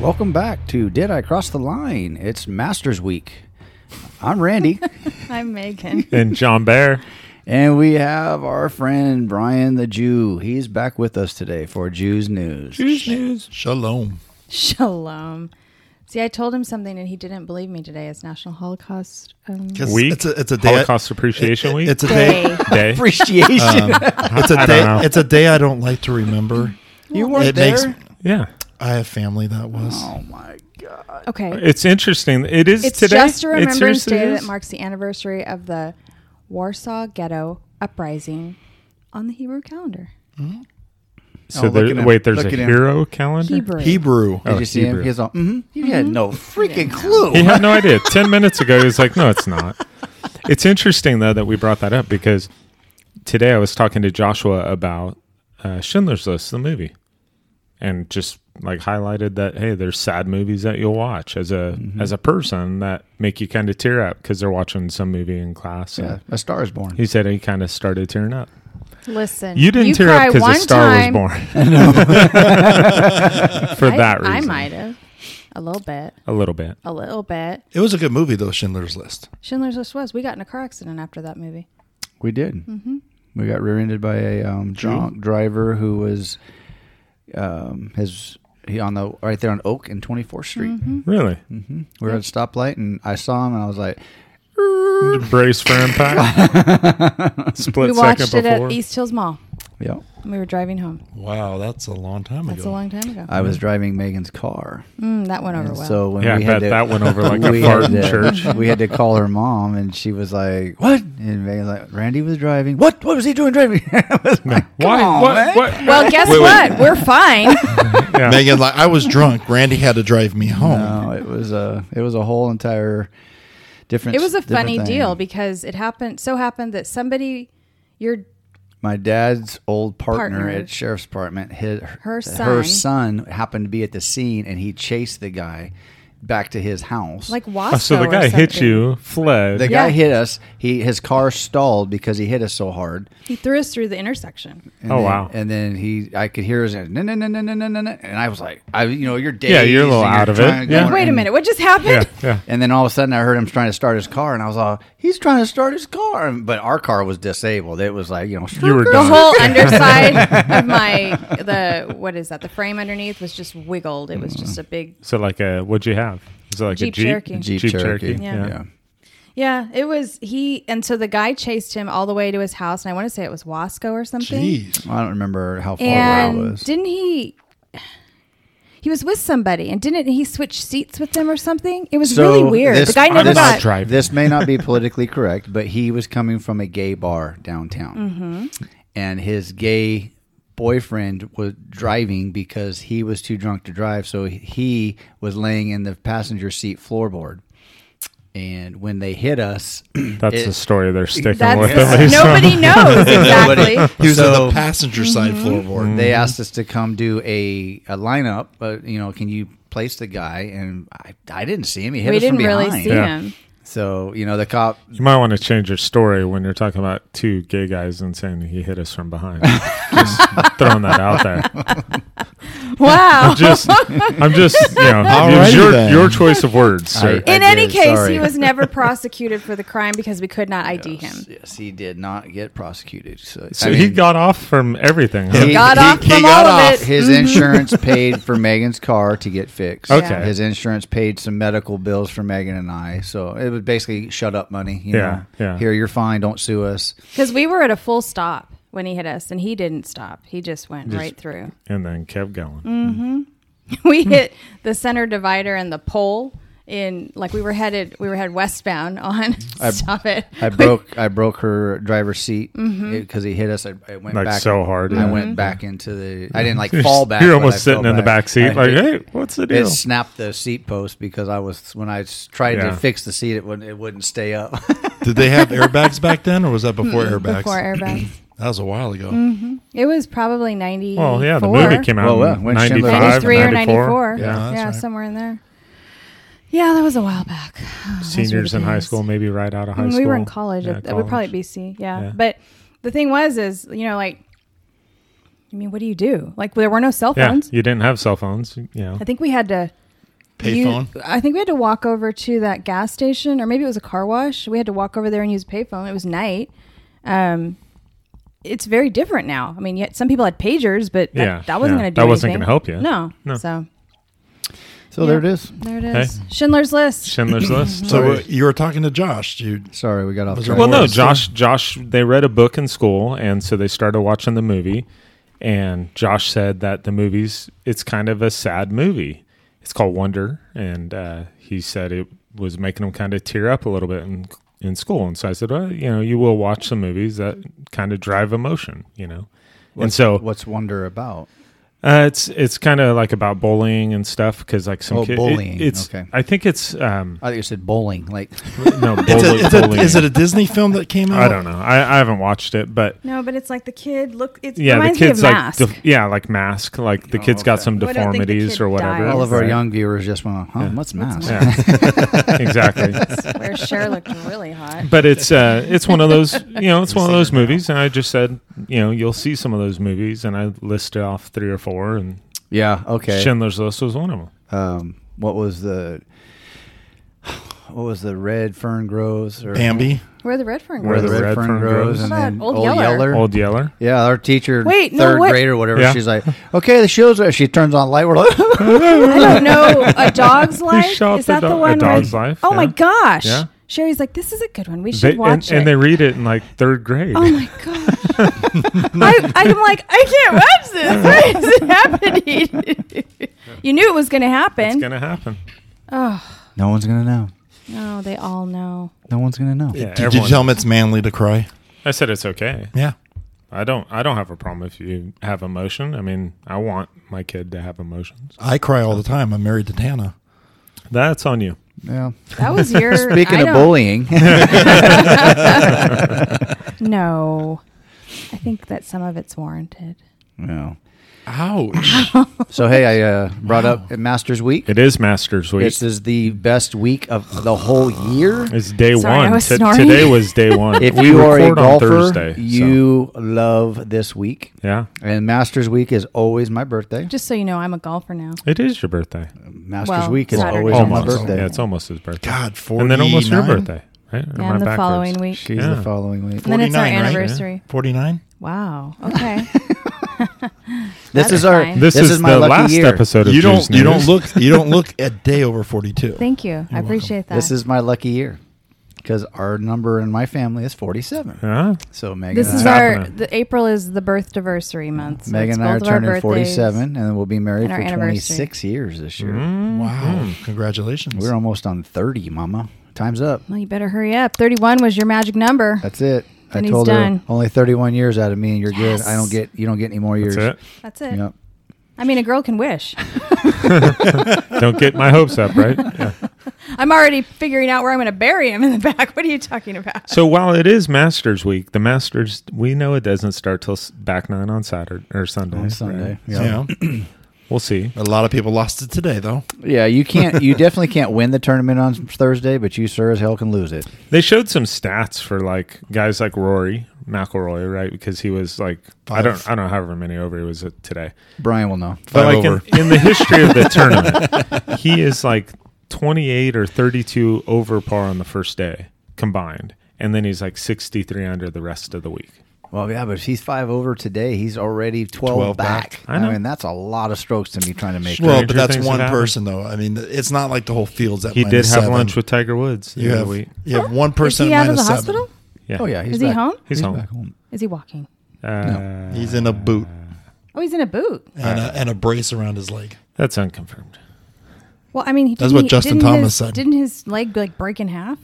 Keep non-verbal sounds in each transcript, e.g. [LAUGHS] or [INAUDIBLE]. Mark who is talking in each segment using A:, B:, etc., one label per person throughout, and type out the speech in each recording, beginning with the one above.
A: Welcome back to Did I Cross the Line? It's Masters Week. I'm Randy,
B: I'm Megan.
C: [LAUGHS] and John Bear.
A: and we have our friend Brian the Jew. He's back with us today for Jews News. [LAUGHS]
D: Shalom.
B: Shalom. See, I told him something and he didn't believe me today. It's National Holocaust. Um,
D: 'Cause
C: Week?
D: It's a, it's a day.
C: Holocaust Appreciation Week?
D: It's a day.
B: day.
A: [LAUGHS]
C: Day.
A: Appreciation.
D: Um, It's
C: [LAUGHS]
D: a
C: I don't know.
D: day. It's a day I don't like to remember.
A: [LAUGHS] you weren't
D: it
A: there.
D: makes-
C: yeah.
D: I have family that was.
A: oh my god!
B: Okay.
C: It's interesting. It is
B: It's
C: today.
B: just a
C: It
B: remembrance
C: seriously
B: day
C: is?
B: that marks the anniversary of the Warsaw Ghetto Uprising on the Hebrew calendar.
A: Oh,
C: So
A: look at
C: there,
A: him.
C: wait, there's
A: Look
C: a
A: at him.
C: hero calendar?
B: Hebrew.
D: Hebrew.
A: Did
C: Oh,
A: you see him?
C: Hebrew.
A: He's all, mm-hmm. You had no freaking clue.
C: He
B: [LAUGHS]
C: had no idea. Ten minutes ago, he was like, "No, it's not." It's interesting though that we brought that up because today I was talking to Joshua about uh, Schindler's List, the movie, and just like highlighted that hey, there's sad movies that you'll watch as a
A: Mm-hmm.
C: as a person that make you kind of tear up because they're watching some movie in class.
A: Yeah,
C: And
A: a star is born.
C: he said he kind of started tearing up.
B: Listen,
C: You didn't tear
B: cry
C: up because
B: one
C: a star
B: time.
C: was [LAUGHS] born. For
B: I-
C: that reason,
B: I might have. A little bit.
C: a little bit.
B: A little bit.
D: It was a good movie though. Schindler's List.
B: Schindler's List was. We got in a car accident after that movie.
A: We did. We got rear-ended by a um, drunk driver who was um, his he on the right there on Oak and 24th Street.
B: Mm-hmm.
C: Really,
A: We were at a stoplight, and I saw him, and I was like,
C: brace for
B: [LAUGHS]
C: impact. Split
B: we watched
C: second
B: it
C: before. Oh
B: at East Hills Mall.
A: "Yeah."
B: We were driving home.
D: Wow, that's a long time
B: That's a long time ago.
C: Uh,
A: I was driving Megan's car,
B: Mm, that went over
A: and
B: well.
A: so when
C: Mm. yeah,
A: we
C: I
A: had
C: bet
A: to,
C: that went
A: [LAUGHS]
C: over like a
A: we
C: fart in
A: had to- [LAUGHS]
C: church.
A: we had to call her mom, and she was like, "What?" And Megan's like, "Randy was driving. What? What was he doing driving?" [LAUGHS] I was like,
C: Why?
A: on, man.
C: what? What?
B: well, guess
C: Wait, wait.
B: what? We're
C: [LAUGHS]
B: fine.
C: Yeah.
D: Megan, like I was drunk. Randy had to drive me home.
A: no, it was a it was a whole entire different.
B: it was a
A: different
B: funny
A: thing.
B: deal because it happened so happened that somebody your
A: My dad's old partner,
B: Partner.
A: at sheriff's department, his, her
B: Her son.
A: son happened to be at the scene, and he chased the guy back to his house.
B: like
C: Oh,
B: Wasco
C: so the
B: or
C: guy hit
B: something,
C: you, fled.
A: the
B: Yeah.
A: guy hit us. He his car stalled because he hit us so hard.
B: He threw us through the intersection.
A: And
C: Oh,
A: then-
C: wow.
A: And then he, I could hear his no no no no no no no, no, and I was like, I, you know, you're dazed.
C: Yeah, you're a little
A: and
C: out of it.
A: trying to
C: Yeah.
A: go
B: Like,
A: on
B: wait a
A: and-
B: minute, what just happened?
C: Oh,
B: [LAUGHS]
C: yeah, yeah.
A: And then all of a sudden, I heard him trying to start his car, and I was like, he's trying to start his car, And- but our car was disabled. It was like, you know,
C: You were
B: The
C: done.
B: whole underside
C: [LAUGHS]
B: of my the what is that? The frame underneath was just wiggled. It was just a big
C: so like a what'd you have? Is it like
B: Jeep
C: a Jeep?
B: Cherokee.
A: Jeep, Cherokee.
B: Yeah.
A: yeah.
B: Yeah, it was he and so the guy chased him all the way to his house and I want to say it was Wasco or something.
D: Jeez.
A: I don't remember how far
B: And
A: away it was.
B: didn't he? He was with somebody, and didn't he switch seats with them or something? It was really weird.
A: this-
B: the guy never
A: this-
C: not
B: got.
C: driving. driving.
A: This may not be politically correct, but he was coming from a gay bar downtown,
B: Mm-hmm.
A: and his gay boyfriend was driving because he was too drunk to drive. So he was laying in the passenger seat floorboard, and when they hit us, [CLEARS THROAT]
C: That's
A: It-
C: the story they're sticking with. At
B: That's
A: [LAUGHS]
C: least.
B: nobody knows exactly.
D: He was
A: So-
D: on the passenger side
A: Mm-hmm.
D: floorboard.
C: Mm.
A: they asked us to come do a, a lineup. But you know, can you place the guy? And I, I didn't see him. He hit
B: we
A: us
B: didn't
A: from behind.
B: really see
A: [LAUGHS]
C: Yeah.
B: him.
A: So you know, the cop
C: You might want to change your story when you're talking about two gay guys and saying he hit us
B: [LAUGHS]
C: from behind. just throwing that out there.
B: Wow.
C: Just, I'm just, you know, it was
D: Alrighty
C: your,
D: then.
C: your choice of words,
A: I-
C: sir.
A: I
B: [LAUGHS] In any
A: did,
B: case,
A: sorry. [LAUGHS]
B: he was never prosecuted for the crime because we could not ID him.
A: Yes, he did not get prosecuted. So,
C: so
A: I
C: he
A: mean,
C: got off from everything. Huh?
A: He-
B: got
A: he-
B: off
D: he
B: from
D: got
B: all
D: off.
B: of it. [LAUGHS]
A: his insurance paid for Megan's car to get fixed.
C: Okay. Yeah.
A: His insurance paid some medical bills for Megan and I. So it was basically shut up money. You
C: Yeah,
A: Know?
C: yeah.
A: Here, you're fine. Don't sue us.
B: Because we were at a full stop when he hit us, and he didn't stop. He just went
A: [LAUGHS]
B: right through. [LAUGHS]
C: and then kept going.
B: Mm. we hit the center divider and the pole in like we were headed we were headed westbound on [LAUGHS] stop it
A: I broke I broke her driver's seat because
B: Mm-hmm.
A: he hit us. I, I went
C: Like
A: back
C: so hard,
A: I
C: yeah.
A: went back into the. I didn't like fall back.
C: [LAUGHS] You're
A: but I
C: almost
A: fell
C: sitting in the back seat,
A: I-
C: like, hey, what's the
A: It
C: deal?
A: snapped the seat post because I was when I s- tried
C: Yeah.
A: to fix the seat, it wouldn't it wouldn't stay up. [LAUGHS]
D: Did they have airbags back then, or was that before
A: Mm,
D: airbags?
B: before
D: [CLEARS THROAT]
B: airbags
D: That was a while ago.
A: Mm-hmm.
B: it was probably 94
C: Well, yeah, the movie came out
A: Well, yeah,
C: in
A: when Schindler's
C: 95,
B: 93 or
C: 94.
B: 94
C: Yeah.
B: yeah,
D: that's right.
B: somewhere in there yeah that was a while back [SIGHS] Those were the
C: Seniors in high
B: days.
C: school, maybe right out of high
B: Mm,
C: school.
B: we were in college
C: Yeah,
B: it, it would probably
C: college.
B: be c yeah.
C: Yeah.
B: but the thing was is you know like i mean what do you do like there were no cell
C: Yeah,
B: phones
C: you didn't have cell phones, you know.
B: i think we had to you-
D: Payphone.
B: I think we had to walk over to that gas station, or maybe it was a car wash. We had to walk over there and use a payphone. It was night. Um, it's very different now. I mean, yet some people had pagers, but that,
C: Yeah,
B: that wasn't
C: yeah.
B: going to do
C: That wasn't
B: anything.
C: gonna help you.
B: No,
C: No.
B: So
A: So there it is.
B: there it is. Schindler's List.
C: Schindler's List.
D: So uh, you were talking to Josh, dude.
A: Sorry, we got off
D: Was
A: track.
D: there
C: Well, no,
D: Morris,
C: Josh. Josh, they read a book in school, and so they started watching the movie. And Josh said that the movie's it's kind of a sad movie. It's called Wonder, and uh, he said it was making him kind of tear up a little bit in in school. And so I said, well, you know, you will watch some movies that kind of drive emotion, you know. and so
A: What's Wonder about?
C: uh, it's it's kind of like about bullying and stuff because like some
A: Oh,
C: kid, it-
A: bullying,
C: it's
A: okay.
C: I think it's um
A: I thought you said bowling. Like,
C: no bully,
D: [LAUGHS] It's a, it's a,
C: bullying.
D: is it a Disney film that came out?
C: I don't know. I, I haven't watched it, but
B: No, but it's like the kid. Look, it
C: yeah, the
B: reminds
C: kid's
B: me of
C: like
B: Mask.
C: def- yeah, like mask. Like the
A: Oh,
C: kid's got
A: okay.
C: some
B: I don't think the
C: deformities
B: kid
C: or whatever.
B: dies.
A: all of our
C: Right.
A: young viewers just went, huh, what's mass?
C: Yeah, [LAUGHS] exactly.
B: [LAUGHS] where Cher looked really hot.
C: But it's uh, it's one of those you know it's one of those movies, and I just said you know you'll see some of those movies, and I listed off three or four, and
A: Yeah, okay.
C: Schindler's List was one of them.
A: um, what was the what was the red fern grows or
D: Bambi.
B: Where the red fern
C: Where
A: where
B: grows.
A: the red, fern, grows, and
B: What about
A: then
B: Old
A: old,
B: Yeller?
A: yeller.
C: Old Yeller.
A: yeah our teacher
B: Wait, no,
A: third
B: what-
A: grade or whatever
C: Yeah.
A: she's like okay the show's over." she turns on light we're like [LAUGHS]
B: I don't know.
C: [LAUGHS]
B: A dog's life
C: shot
B: is
C: the
B: that the,
C: dog- A
B: one? where-
C: Dog's Life,
B: Oh my
C: yeah.
B: gosh!
C: Yeah.
B: Sherry's like, this is a good one. We should
C: They, and,
B: watch it.
C: and they read it in like third grade.
B: Oh my gosh. I, I'm like, I can't watch this. [LAUGHS] What is happening? [LAUGHS] you knew it was going to
C: it's
B: happen.
C: gonna happen.
B: oh,
A: no one's gonna know
B: no, Oh, they all know.
A: no one's gonna know
C: Yeah,
D: Did you
C: everyone-
D: tell him it's manly to cry?
C: I said it's okay.
D: Yeah.
C: I don't. I don't have a problem if you have emotion. I mean, I want my kid to have emotions.
D: I cry all the time. I'm married to Tana.
C: That's on you.
A: yeah
B: That
A: [LAUGHS]
B: was your.
A: speaking
B: I
A: of
B: don't-
A: bullying
B: [LAUGHS]
A: [LAUGHS]
B: No. I think that some of it's warranted.
A: yeah.
D: Ouch.
A: so hey i uh, brought up masters week
C: It is Masters Week.
A: this
C: It's,
A: is the best week of the whole year
B: Sorry,
C: day one.
B: I was
C: T-
B: snoring.
C: today
B: [LAUGHS]
C: was day one.
A: if
C: we
A: you are
C: record
A: a golfer
C: on Thursday. so-
A: you love this week
C: yeah,
A: and masters week is always my birthday
B: Just so you know, I'm a golfer now.
C: it is your birthday.
A: masters
B: Well,
A: week is
B: Saturday.
A: always on my
C: almost.
A: birthday
C: Oh, Yeah, it's almost his birthday.
D: God, 49.
C: and then almost your birthday, right? Or
B: Yeah,
C: am I
B: and the
C: backwards?
B: following week.
A: She's
C: Yeah.
A: the following week.
B: And then it's our
D: 49, right?
B: anniversary.
D: 49?
B: Wow. Okay.
A: This
B: That's
A: is our.
B: fine.
C: This, is,
A: my
C: the
A: lucky
C: last
A: year.
C: episode of
D: You don't
C: Juice
D: you don't
C: News.
D: look you don't
C: [LAUGHS]
D: look a day over 42.
B: Thank you. I appreciate that.
A: This is my lucky year because our number in my family is forty-seven.
C: Huh?
A: So Megan,
B: This
A: and
B: is
A: I,
B: our
C: happening.
B: the April is the birth anniversary month. So
A: Megan
B: it's
A: and I are
B: both of our
A: turning
B: birthdays.
A: forty-seven, and then we'll be married
B: and our
A: for
B: anniversary.
A: twenty-six years this year.
C: Mm. Mm-hmm.
D: Wow.
C: Hmm.
D: Congratulations.
A: We're almost on thirty, Mama. Time's up.
B: Well, you better hurry up. Thirty-one was your magic number.
A: That's it.
B: Then
A: I
B: he's
A: told
B: done.
A: her only thirty-one years out of me, and you're
B: Yes.
A: good. I don't get you don't get any more years.
C: That's it.
B: That's it.
A: Yep.
B: I mean, a girl can wish.
C: [LAUGHS] Don't get my hopes up, right? Yeah.
B: [LAUGHS] I'm already figuring out where I'm going to bury him in the back. What are you talking about? [LAUGHS]
C: So while it is Masters Week, the Masters we know it doesn't start till s- back nine on Saturday or Sunday.
A: On Sunday.
C: right?
A: Yeah. yeah.
D: Yeah.
C: We'll see.
D: A lot of people lost it today though.
A: You can't.
C: [LAUGHS]
A: You definitely can't win the tournament on Thursday, but you sure as hell can lose it.
C: They showed some stats for like guys like Rory McIlroy, right? Because he was like I
D: Five.
C: don't I don't know however many over he was at today.
A: Brian will know.
C: But
D: Five
C: like
D: over.
C: In, in the history
D: [LAUGHS]
C: of the tournament, he is like 28 or 32 over par on the first day combined, and then he's like 63 under the rest of the week.
A: Well, yeah, but if he's five over today, he's already 12,
D: 12
A: back.
D: back.
A: I,
C: I know.
A: mean, that's a lot of strokes to me trying to make. it.
D: Well,
C: Stranger
D: but that's
C: things
D: one
C: have happened.
D: person though. I mean, it's not like the whole field's at
C: He did have
D: minus seven.
C: lunch with Tiger Woods. the
D: you
C: other
D: have
C: week.
D: you have one
B: Is
D: person
B: he
D: at
B: out of the
D: minus seven.
B: hospital?
C: Yeah.
A: oh yeah, he's
B: Is he
A: back.
B: home?
C: He's, home.
A: back home.
B: Is he walking?
C: Uh,
D: He's in a boot
B: Oh, he's in a boot.
D: and, a, and a brace around his leg.
C: That's unconfirmed.
B: Well, I mean, he-
D: That's
B: didn't
D: what
B: he-
D: Justin
B: didn't
D: Thomas
B: his-
D: said.
B: Didn't his leg like break in half?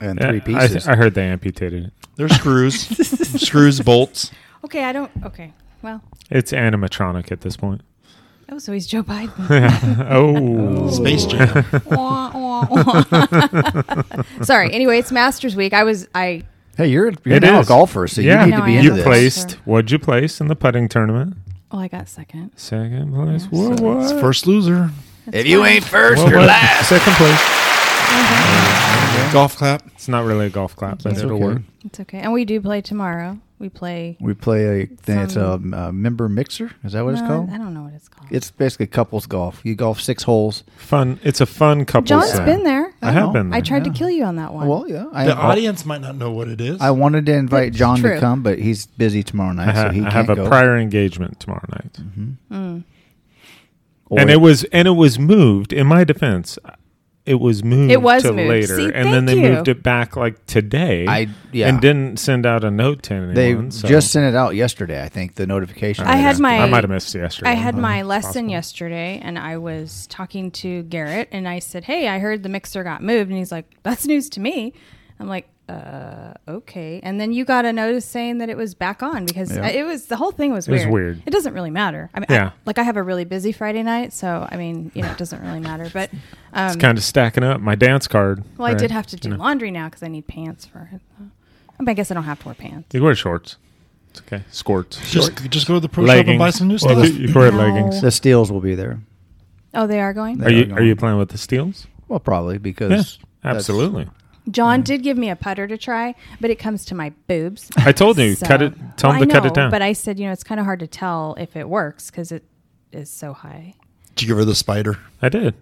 A: And
C: Yeah,
A: three
C: I,
A: pieces.
C: I heard they amputated it.
D: There's screws,
B: [LAUGHS]
D: screws, bolts.
B: Okay, I don't. Okay, well,
C: It's animatronic at this point. [LAUGHS]
B: oh, so he's Joe Biden.
C: Oh,
D: Space Jam.
B: [LAUGHS] Wah, wah, wah. [LAUGHS] Sorry. Anyway, it's Masters Week. I was I
A: hey, you're you're
C: It
A: now
C: is.
A: a golfer, so
C: Yeah.
A: you need
B: No,
A: to
B: I
A: be
B: am
A: into
C: you
B: a
A: this.
B: golfer.
C: placed. What'd you place in the putting tournament?
B: oh I got second.
C: Second place.
B: Yeah,
C: What?
B: so-
C: what?
D: First loser.
A: If you ain't first,
C: What-
A: you're
C: what?
A: last.
C: Second place.
D: Golf clap.
C: It's not really a golf clap, but
B: It's
C: it'll
A: okay.
C: work.
B: It's okay. And we do play tomorrow. we play.
A: We play a thing. It's a, uh member mixer. Is that what it's
B: No,
A: called?
B: I don't know what it's called.
A: It's basically couples golf. You golf six holes.
C: Fun. It's a fun couple.
B: John's
C: set.
B: been there. Oh,
C: I have
A: know.
C: been. There.
B: I tried to kill you on that one.
A: Well, yeah. I,
D: The audience might not know what it is.
A: I wanted to invite
B: That's
A: John
B: true.
A: to come, but he's busy tomorrow night,
C: I, ha-
A: so he
C: I
A: can't
C: have a
A: go. Mm-hmm.
C: prior engagement tomorrow night,
A: Or-
C: and it was and it was moved. In my defense, it was moved.
B: It was
C: to
B: moved.
C: later,
B: See,
C: and
B: thank
C: then they
B: you.
C: moved it back like today.
A: I- yeah.
C: and didn't send out a note to anyone.
A: they
C: so
A: just sent it out yesterday. I think the notification.
B: I had my-
C: I might have missed yesterday. Uh-huh.
B: I had
C: but
B: my
C: it's
B: lesson
C: possible.
B: yesterday and I was talking to Garrett and I said, Hey, I heard the mixer got moved. And he's like, That's news to me. I'm like, uh, okay. And then you got a notice saying that it was back on because
A: Yeah.
B: I- it was the whole thing was
C: It was
B: weird.
C: weird.
B: It doesn't really matter. I mean,
C: Yeah.
B: I, like I have a really busy Friday night, so I mean, you know, it doesn't really matter. But um,
C: It's kind of stacking up my dance card.
B: well, I
C: right?
B: did have to do
C: You know.
B: laundry now because I need pants for it. I, mean, I guess I don't have to wear pants.
C: You can wear shorts. It's okay. Skorts.
D: just, just go to the pro shop
C: leggings.
D: and buy some new
C: Well,
D: stuff.
C: You, you can wear
B: No.
C: leggings.
A: The steals will be there.
B: Oh, they are going.
A: They
C: Are you
A: going.
C: are you playing with the steels?
A: Well, probably because
C: Yes,
A: that's-
C: absolutely.
B: John did give me a putter to try, but it comes to my boobs.
C: I told
B: [LAUGHS]
C: you,
B: So-
C: cut it. Tell
B: Well,
C: them
B: I
C: to cut
B: know,
C: it down.
B: But I said, you know, it's kind of hard to tell if it works because it is so high.
D: Did you give her
C: [LAUGHS]
D: the spider?
C: I did.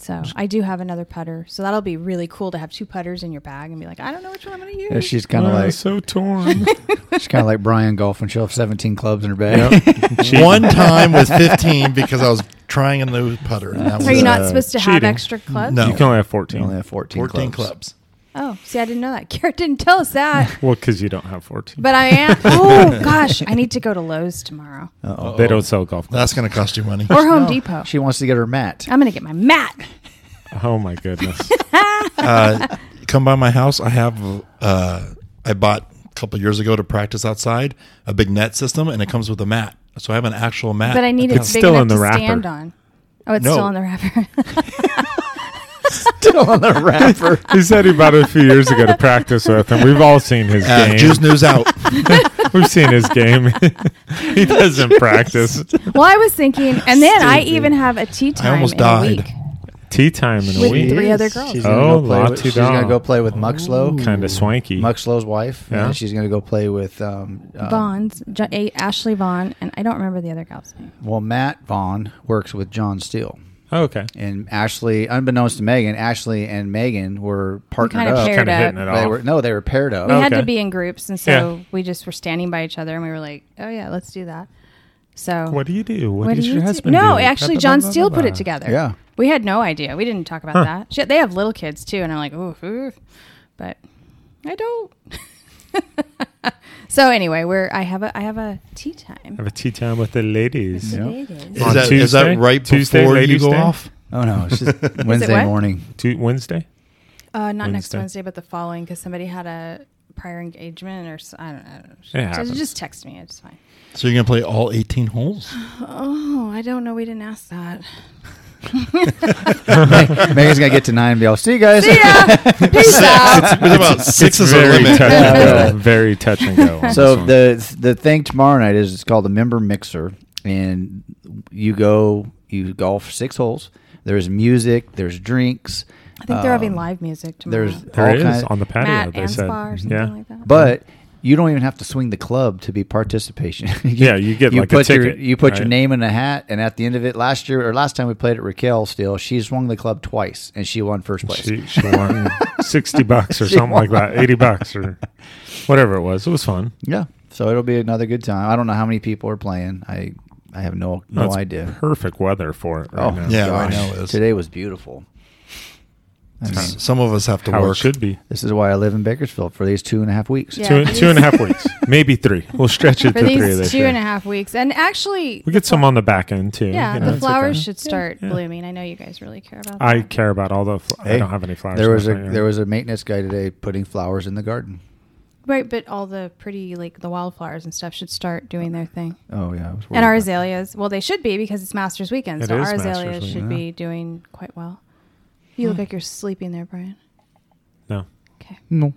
B: So I do have another putter, so that'll be really cool to have two putters in your bag and be like, I don't know which one I'm going to use.
A: Yeah, she's kind of
C: Oh,
A: like
B: [LAUGHS]
C: so torn.
A: she's kind of like Brian golf when she'll have seventeen clubs in her bag. [LAUGHS]
C: Cheating.
D: One time with 15 because I was trying a new putter. And that was,
B: Are you not
D: uh,
B: supposed to have
C: cheating.
B: extra clubs?
D: No.
C: You can only have
A: You
C: fourteen.
A: only have fourteen.
D: 14
A: clubs.
D: clubs.
B: Oh, see, I didn't know that. [LAUGHS] Garrett didn't tell us that.
C: Well, because you don't have fourteen.
B: But I
C: [LAUGHS]
B: am. Oh gosh, I need to go to Lowe's tomorrow
C: they don't sell golf. clubs.
D: That's going to cost you money.
B: or Home Depot.
A: She wants to get her mat. [LAUGHS]
B: I'm gonna get my mat.
C: Oh
B: [LAUGHS]
C: my goodness.
D: uh, come by my house. I have uh, I bought a couple years ago to practice outside a big net system, and it comes with a mat. So I have an actual mat.
B: But I need it
C: It's
B: big
C: still
B: enough
C: in the
B: to
C: wrapper.
B: stand on. Oh, it's
D: No.
B: still on the
C: [LAUGHS]
B: wrapper.
A: Still on the wrapper.
C: he said he bought it a few years ago to practice with, and we've all seen his
D: Uh,
C: game.
D: Juice News out.
C: [LAUGHS] We've seen his game. [LAUGHS] he doesn't practice.
B: [LAUGHS] well, I was thinking, and then I
C: Stupid.
B: even have a tea time.
D: almost
B: in
D: died.
B: A week.
C: Tea time in a
B: With
C: week.
B: three other girls.
A: She's gonna go
C: Oh,
A: play
C: la
A: with-
C: ti
A: she's
C: da.
A: gonna go play with Muxlow,
C: Kind of swanky.
A: Muxlow's wife.
C: Yeah.
A: And she's gonna go play with um, uh,
B: Vaughn's, Jo- A- Ashley Vaughn, and I don't remember the other gal's name.
A: Well, Matt Vaughn works with John Steele.
C: Oh, okay.
A: And Ashley, unbeknownst to Megan, Ashley and Megan were partnered
B: kinda
A: up.
B: paired
C: Kind of
B: up.
C: hitting it
A: They
C: off.
A: were no, they were paired up.
B: We had to
C: Okay.
B: be in groups, and so we just were standing by each other, and we were like, "Oh yeah, let's do that." So
C: What do you do? What,
B: what
C: does
B: do
C: your
B: you do?
C: husband do?
B: No, actually,
C: Blah,
B: John
C: blah, blah,
B: Steele put
C: blah.
B: it together.
A: Yeah.
B: we had no idea. We didn't talk about that. Shit, they have little kids too, and I'm like, ooh, ooh. but I don't. [LAUGHS] so anyway, we're I have a I have a tea time.
C: Have a tea time with the ladies.
A: Yeah.
B: It is.
C: On
D: Is that, is
C: Tuesday?
D: that right
C: Tuesday,
D: before you
C: Ladies'
D: go
C: Day?
D: off?
A: Oh no, it's
C: [LAUGHS]
A: just Wednesday
B: what?
A: morning. [LAUGHS]
C: Tu- Wednesday.
B: Uh, not next
C: Wednesday.
B: Wednesday, but the following, because somebody had a prior engagement, or s- I don't, I don't know.
C: happens.
B: so just text me. It's fine.
D: So you're going to play all 18 holes?
B: Oh, I don't know. We didn't ask [LAUGHS] that.
A: Megan's gonna get to nine and be all, see you guys.
C: [LAUGHS]
B: Yeah. Peace out.
D: There's about six is the
C: very
D: limit.
C: touch
A: Yeah.
C: and go. Very touch
A: [LAUGHS]
C: and go. on
A: [LAUGHS] So
C: this one.
A: the the thing tomorrow night is it's called the member mixer, and you go you golf six holes. There's music. There's drinks. Um,
B: I think they're having live music tomorrow.
A: There's
C: there
A: all
C: is
A: kind-
C: on the patio.
B: Matt
C: they
B: and
C: said,
B: Spa or something
C: yeah.
B: like that.
A: But you don't even have to swing the club to be participation. [LAUGHS] you,
C: Yeah, you get like a
A: put your
C: ticket,
A: you put your
C: right?
A: name in a hat, and at the end of it, last year or last time we played at Raquel, still she swung the club twice and she won first place.
C: She, she
A: [LAUGHS]
C: won sixty bucks or
A: She
C: something like that, eighty bucks or whatever it was. It was fun.
A: [LAUGHS] yeah, so it'll be another good time. I don't know how many people are playing. I I have no no
C: That's
A: idea.
C: Perfect weather for it. Right
A: Oh
C: now.
D: Yeah,
A: gosh.
D: I know it is.
A: Today was beautiful. I mean,
D: Some of us have to
C: how it
D: work.
C: should be.
A: this is why I live in Bakersfield for these two and a half weeks.
B: Yeah.
C: two
B: for
C: two and a
A: [LAUGHS]
C: half weeks, maybe three. We'll stretch it
B: for
C: to three
B: these
C: this
B: two
C: year.
B: and a half weeks, and actually,
C: We get some on the back end too.
B: yeah,
C: you know,
B: the
C: it's
B: flowers
C: okay.
B: should start
C: yeah.
B: blooming. I know you guys really care about.
C: I
B: that.
C: care about all the. Fl- I
A: Hey,
C: don't have any flowers.
A: There
C: in
A: was
C: my
A: a
C: front
A: there
C: yard.
A: was a maintenance guy today putting flowers in the garden.
B: right, but all the pretty like the wildflowers and stuff should start doing their thing.
A: Oh yeah, I was worried
B: And our
A: about that.
B: azaleas, well, they should be because it's Masters weekend,
C: It
B: so
C: is
B: our
C: Masters
B: azaleas
C: weekend,
B: should
C: yeah.
B: be doing quite well. You
C: Hmm.
B: look like you're sleeping there, Brian.
C: no.
B: Okay,
A: no.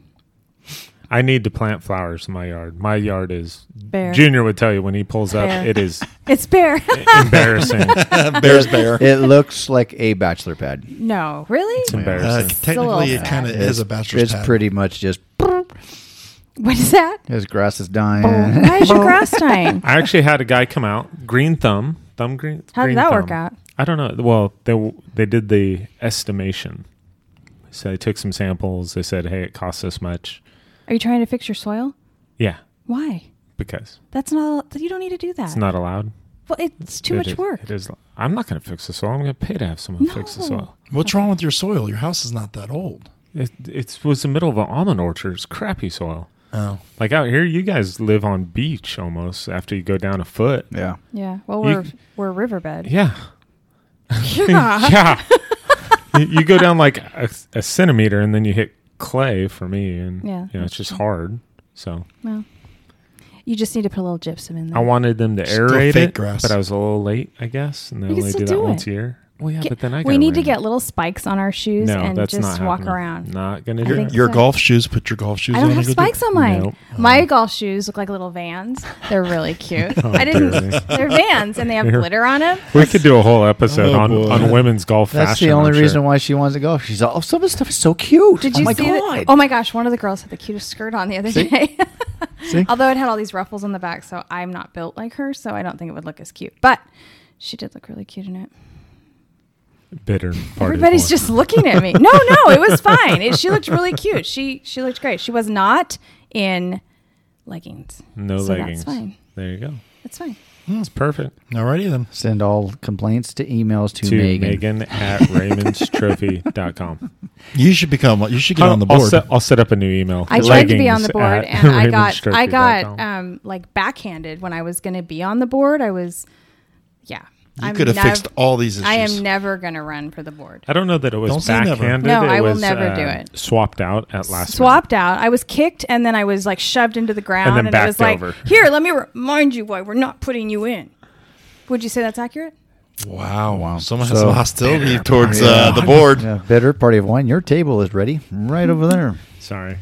C: I need to plant flowers in my yard. My yard is.
B: bear.
C: Junior would tell you when he pulls up,
B: Fair. [LAUGHS]
C: it is
B: It's bear.
C: embarrassing.
D: [LAUGHS]
C: [LAUGHS]
D: Bear's bear.
A: [LAUGHS]
D: Uh,
A: It looks like a bachelor pad.
B: no, really.
C: It's
D: Uh,
C: embarrassing.
D: technically, it
B: sad.
D: kind of is a bachelor's
A: it's
D: pad.
A: pretty much just
B: What is that?
A: His grass is dying.
B: Oh,
A: [LAUGHS]
B: Why is
C: [LAUGHS]
B: your grass dying?
C: I actually had a guy come out, green thumb, thumb green.
B: How did
C: green
B: that
C: thumb.
B: work out?
C: I don't know. Well, they w- they did the estimation. So they took some samples. They said, "Hey, it costs this much."
B: Are you trying to fix your soil?
C: Yeah,
B: Why?
C: because
B: That's not. You don't need to do that.
C: it's not allowed.
B: well, it's too
C: It
B: much
C: is-
B: work.
C: It is. I'm not going to fix the soil. I'm going to pay to have someone fix the
B: No.
C: soil.
D: What's wrong with your soil? Your house is not that old.
C: It, it was the middle of an almond orchard. It's crappy soil.
D: Oh.
C: Like out here, you guys live on beach almost after you go down a foot.
A: Yeah.
B: Yeah. Well,
C: You-
B: we're we're riverbed. [LAUGHS]
C: Yeah. [LAUGHS] yeah. you, you go down like a, a centimeter and then you hit clay for me. And,
B: Yeah,
C: you know, it's
B: that's
C: just hard. So
B: Well, you just need to put a little gypsum in there.
C: I wanted them to
D: Still
C: aerate
D: fake
C: it,
D: grass.
C: but I was a little late, I guess. And they
B: You can
C: only
B: still
C: do that
B: do
C: once
B: it.
C: a year. Well, yeah,
B: Get-
C: but then I
B: we
C: got
B: need to
C: rain.
B: get little spikes on our shoes
C: no,
B: and
C: that's
B: just
C: not
B: walk
C: happening.
B: around.
C: Not gonna
B: I
C: do
B: think
C: it. [LAUGHS]
D: Your
B: So-
D: golf shoes, put your golf shoes
B: I don't
D: on.
B: have
D: and go do it.
B: spikes on mine.
C: Nope.
B: My golf shoes look like little Vans. They're
C: [LAUGHS]
B: really cute.
A: [LAUGHS]
B: I didn't.
C: Jeremy.
B: They're Vans, and they have
C: You're-
B: glitter on them.
C: Oh, We could do a whole episode
D: Oh,
C: on,
D: boy.
C: on women's golf
A: That's
C: fashion.
A: the only
C: I'm sure.
A: reason why she wants to go. She's like, oh, some of this stuff is so cute.
B: Did
A: oh
B: you
A: my
B: see
A: God.
B: that? Oh my gosh! One of the girls had the cutest skirt on the other
A: See?
B: day. [LAUGHS]
A: See?
B: Although it had all these ruffles on the back, so I'm not built like her, so I don't think it would look as cute. But she did look really cute in it.
C: bitter. party
B: Everybody's
C: boy.
B: just looking at me. No, no, it was fine. It, she looked really cute. She she looked great. She was not in leggings.
C: no
B: so
C: leggings.
B: That's fine.
C: There you go.
B: That's fine.
C: It's perfect.
D: Alrighty then.
A: Send all complaints to emails to,
C: to
A: Megan.
C: Megan, at
A: [LAUGHS]
C: RaymondsTrophy.com.
D: You should become. You should get on the
C: I'll,
D: board.
C: set, I'll set up a new email.
B: I tried to be on the
C: Leggings
B: board
C: at
B: and
C: [LAUGHS]
B: I got I
C: RaymondsTrophy.com.
B: got um like backhanded when I was going to be on the board. I was yeah.
D: You could have
B: nev-
D: fixed all these issues.
B: I am never going to run for the board.
C: I don't know that it was
D: Don't say never.
C: backhanded.
B: No,
C: It
B: I will
C: was,
B: never
C: uh,
B: do it.
C: Swapped out at last.
B: Swapped out. I was kicked and then I was like shoved into the ground
C: And then
B: I was
C: backed
B: like,
C: over. [LAUGHS]
B: "Here, let me remind you why we're not putting you in." Would you say that's accurate?
D: Wow.
A: Wow.
D: Someone has
A: So-
D: some hostility towards uh, the board.
A: Yeah, bitter party of wine. Your table is ready right over
B: [LAUGHS]
A: there.
C: minute. Sorry.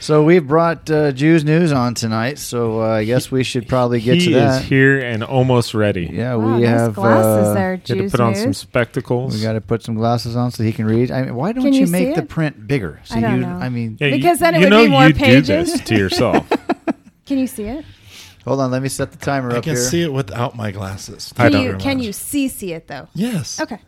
A: So we've brought uh, Jews news on tonight. So uh, I guess we should probably get
C: he
A: to that.
C: is here and almost ready.
A: Yeah,
B: Wow,
A: we
B: nice
A: have
B: glasses
A: uh,
B: there,
C: Had to
B: Jews
C: put on
B: news.
C: some spectacles.
A: We got to put some glasses on so he can read. I mean, why don't
B: Can
A: you,
B: you see
A: make the
B: it?
A: print bigger? So
B: I don't
A: you,
B: know.
A: I mean,
C: Yeah, you-
B: Because then it
C: you
B: would
C: know
B: be more
C: you
B: pages.
C: Do this
B: [LAUGHS]
C: to yourself.
B: Can you see it?
A: hold on. Let me set the timer
D: I
A: up
D: can
A: here.
D: see it without my glasses.
C: I
B: Can
C: don't
B: you
C: remember.
B: can you see see it though?
D: Yes.
B: Okay.